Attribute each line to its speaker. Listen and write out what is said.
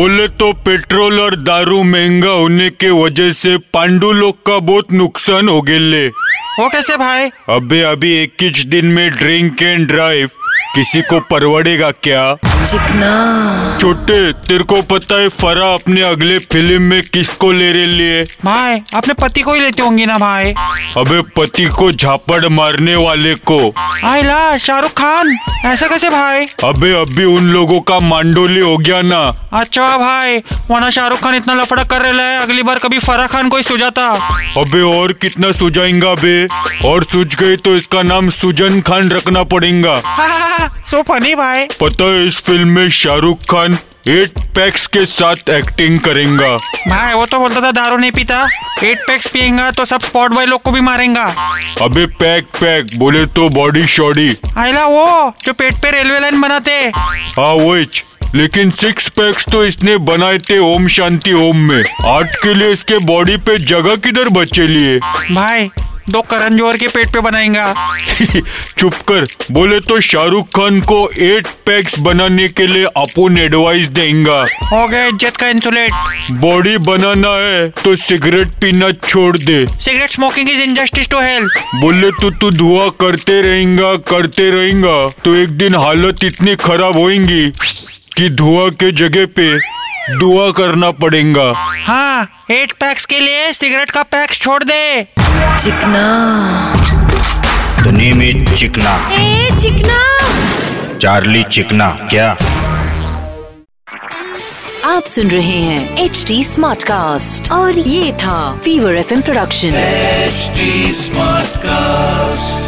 Speaker 1: बोले तो पेट्रोल और दारू महंगा होने के वजह से पांडु लोग का बहुत नुकसान हो गेले
Speaker 2: वो कैसे भाई
Speaker 1: अबे अभी एक ही दिन में ड्रिंक एंड ड्राइव किसी को परवड़ेगा क्या
Speaker 3: चिकना
Speaker 1: छोटे तेरे को पता है फरा अपने अगले फिल्म में किसको ले रहे लिए
Speaker 2: भाई अपने पति को ही लेते होंगे ना भाई
Speaker 1: अबे पति को झापड़ मारने वाले को
Speaker 2: आई ला शाहरुख खान ऐसा कैसे भाई
Speaker 1: अबे अभी उन लोगों का मांडोली हो गया ना
Speaker 2: अच्छा भाई वरना शाहरुख खान इतना लफड़ा कर रहे है अगली बार कभी फराह खान को ही सुझाता
Speaker 1: अबे और कितना सुझाएंगा बे और सूझ गई तो इसका नाम सुजन खान रखना पड़ेगा
Speaker 2: सो फनी भाई
Speaker 1: पता है इस फिल्म में शाहरुख खान एट पैक्स के साथ एक्टिंग करेगा
Speaker 2: भाई वो तो बोलता था दारू नहीं पीता एट पैक्स पिएगा तो सब स्पॉट बॉय लोग को भी मारेगा
Speaker 1: अबे पैक पैक बोले तो बॉडी शॉडी
Speaker 2: आईला वो जो पेट पे रेलवे लाइन बनाते
Speaker 1: हाँ वोच लेकिन सिक्स पैक्स तो इसने बनाए थे ओम शांति ओम में आर्ट के लिए इसके बॉडी पे जगह किधर बचे लिए
Speaker 2: भाई दो करण जोहर के पेट पे बनाएगा
Speaker 1: चुप कर बोले तो शाहरुख खान को एट पैक्स बनाने के लिए अपुन एडवाइस देगा
Speaker 2: हो गया इज्जत का इंसुलेट
Speaker 1: बॉडी बनाना है तो सिगरेट पीना छोड़ दे
Speaker 2: cigarette smoking is injustice to health
Speaker 1: बोले तो तू धुआं करते रहेगा करते रहेगा तो एक दिन हालत इतनी खराब होएंगी कि धुआं के जगह पे दुआ करना पड़ेगा
Speaker 2: हाँ एट पैक्स के लिए सिगरेट का पैक्स छोड़ दे
Speaker 3: चिकना
Speaker 4: The name is चिकना
Speaker 3: ए चिकना
Speaker 4: चार्ली चिकना क्या
Speaker 3: आप सुन रहे हैं एच डी स्मार्ट कास्ट और ये था fever F production
Speaker 5: HD Smartcast.